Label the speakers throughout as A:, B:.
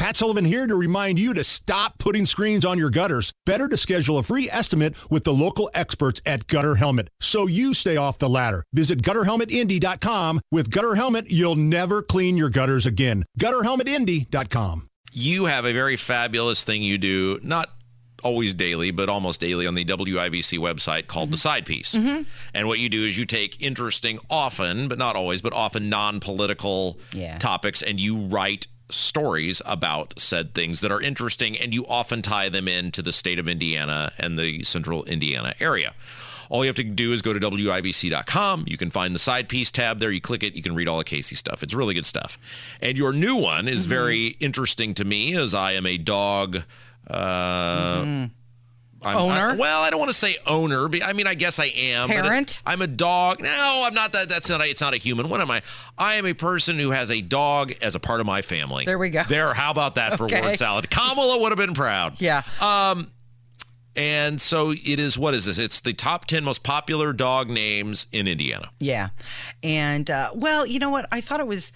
A: Matt Sullivan here to remind you to stop putting screens on your gutters. Better to schedule a free estimate with the local experts at Gutter Helmet so you stay off the ladder. Visit gutterhelmetindy.com. With Gutter Helmet, you'll never clean your gutters again. Gutterhelmetindy.com.
B: You have a very fabulous thing you do, not always daily, but almost daily on the WIBC website called The Side Piece. And what you do is you take interesting, often, but not always, but often non political
C: Yeah.
B: topics and you write stories about said things that are interesting and you often tie them into the state of Indiana and the central Indiana area. All you have to do is go to WIBC.com. You can find the side piece tab there. You click it, you can read all the Casey stuff. It's really good stuff. And your new one
C: Mm-hmm.
B: is very interesting to me as I am a dog. Uh, I'm,
C: Mm-hmm. Owner?
B: I- well, I don't want to say owner. be- I mean, I guess I am. but it-
C: Parent?
B: I'm a dog. No, I'm not that. That's not. It's not a human. What am I? I am a person who has a dog as a part of my family.
C: There we go.
B: There. How about that for
C: Okay.
B: word salad? Kamala would have been proud.
C: Yeah.
B: Uh, And so it is. What is this? It's the top ten most popular dog names in Indiana.
C: yeah. And uh, well, you know what? I thought it was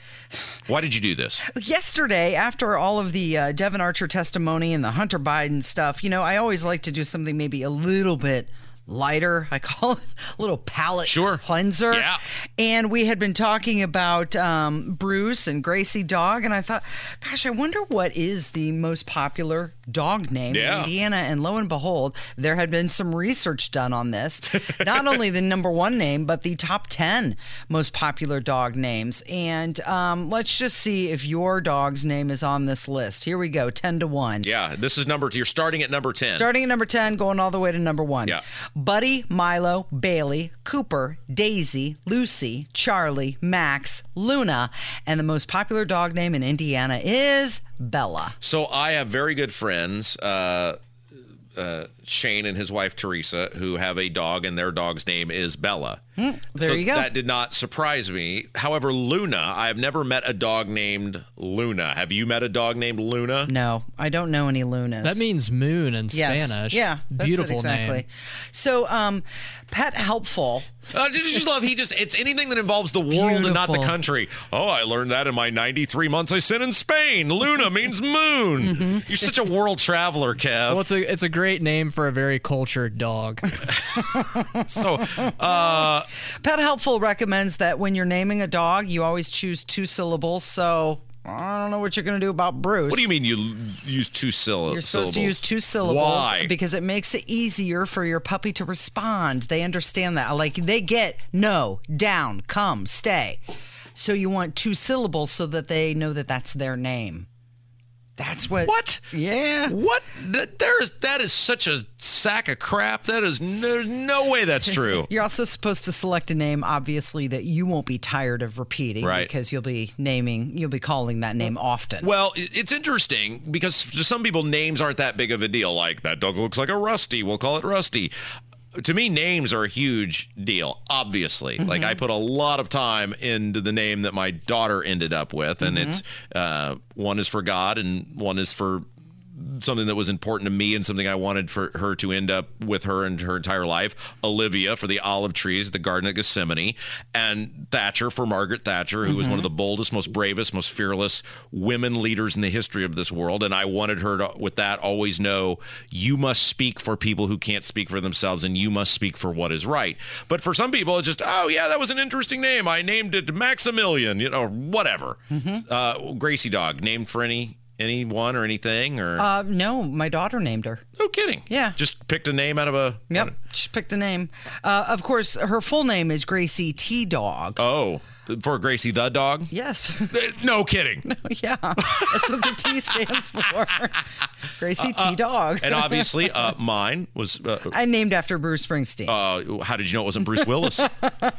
B: Why did you do this?
C: yesterday after all of the uh, Devin Archer testimony and the Hunter Biden stuff. You know, I always like to do something maybe a little bit lighter. I call it a little palate
B: Sure.
C: cleanser.
B: Yeah.
C: And we had been talking about um, Bruce and Gracie Dog, and I thought, gosh, I wonder what is the most popular dog name
B: Yeah.
C: in Indiana. And lo and behold, there had been some research done on this. Not only the number one name, but the top 10 most popular dog names. And um, let's just see if your dog's name is on this list. Here we go 10 to 1.
B: Yeah, this is number. You're starting at number ten.
C: Starting at number 10, going all the way to number one.
B: Yeah.
C: Buddy, Milo, Bailey, Cooper, Daisy, Lucy, Charlie, Max, Luna, and the most popular dog name in Indiana is Bella.
B: So I have very good friends, uh, uh, Shane and his wife Teresa, who have a dog, and their dog's name is Bella.
C: Hmm, there
B: So
C: you go.
B: That did not surprise me. However, Luna, I have never met a dog named Luna. Have you met a dog named Luna?
C: No, I don't know any Lunas.
D: That means moon in
C: Yes.
D: Spanish.
C: Yeah. that's it
D: Beautiful
C: exactly.
D: name.
C: So, um, Pet Helpful.
B: Uh, did you just love? He just it's anything that involves the world and not the
C: Beautiful.
B: country. Oh, I learned that in my 93 months I spent in Spain. Luna means moon.
C: Mm-hmm.
B: You're such a world traveler, Kev.
D: Well, it's a it's a great name for a very cultured dog.
B: so, uh,
C: Pet Helpful recommends that when you're naming a dog, you always choose two syllables. So, I don't know what you're going to do about Bruce.
B: what do you mean you l- use two sylla- syllables?
C: You're supposed to use two syllables
B: Why?
C: because it makes it easier for your puppy to respond. They understand that. Like they get no, down, come, stay. So you want two syllables so that they know that that's their name. That's what.
B: What?
C: Yeah.
B: What? That, there's that is such a sack of crap. That is there's no way that's true.
C: You're also supposed to select a name, obviously, that you won't be tired of repeating
B: Right.
C: because you'll be naming, you'll be calling that name often.
B: Well, i- it's interesting because to some people names aren't that big of a deal. Like that dog looks like a Rusty. We'll call it Rusty. To me, names are a huge deal. Obviously, like I put a lot of time into the name that my daughter ended up with, and it's uh, one is for God and one is for something that was important to me and something I wanted for her to end up with her and her entire life. Olivia for the olive trees, at the Garden of Gethsemane, and Thatcher for Margaret Thatcher, who was one of the boldest, most bravest, most fearless women leaders in the history of this world. And I wanted her to, with that, always know you must speak for people who can't speak for themselves and you must speak for what is right. But for some people, it's just, oh, yeah, that was an interesting name. I named it Maximilian, you know, whatever. Uh, Gracie Dog, named for any. Anyone or anything or
C: uh, no, my daughter named her.
B: no kidding.
C: Yeah.
B: Just picked a name out of a.
C: Yep, she picked a name. Uh, of course, her full name is Gracie T. Dog.
B: Oh, for Gracie the dog?
C: Yes.
B: Uh, No kidding.
C: Yeah, that's what the T stands for. Gracie T Dog.
B: and obviously, uh, mine was. Uh,
C: I named after Bruce Springsteen.
B: uh, how did you know it wasn't Bruce Willis? uh,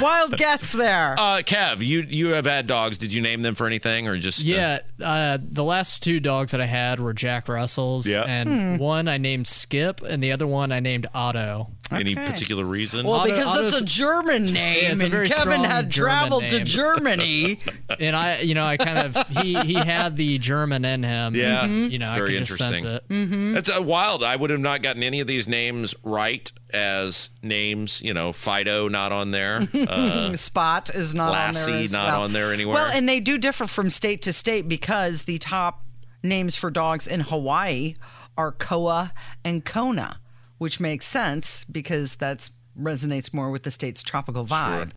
C: Wild guess there.
B: Kev, you you have had dogs. Did you name them for anything or just? uh,
D: yeah. Uh, the last two dogs that I had were Jack Russells.
B: Yeah.
C: Hmm.
D: And one I named Skip, and the other one I named Otto.
B: Any particular reason?
C: well,
D: Otto-
C: because that's
D: Otto's-
C: a German
D: Yeah,
C: name,
D: it's a
C: and
D: very
C: Kevin
D: strong
C: had
D: German
C: traveled to
D: name.
C: Germany.
D: And I, you know, I kind of he he had the German in him.
B: Yeah.
C: Mm-hmm.
B: Mhm.
D: You know,
B: It's
D: I
B: very
D: could just sense
B: interesting.
D: it.
B: That's uh, wild. I would have not gotten any of these names right as names. You know, Fido not on there. Uh,
C: Spot is not on
B: Lassie
C: there. as
B: not
C: well.
B: on there anywhere.
C: Well, and they do differ from state to state because the top names for dogs in Hawaii are Koa and Kona, which makes sense because that's resonates more with the state's tropical vibe.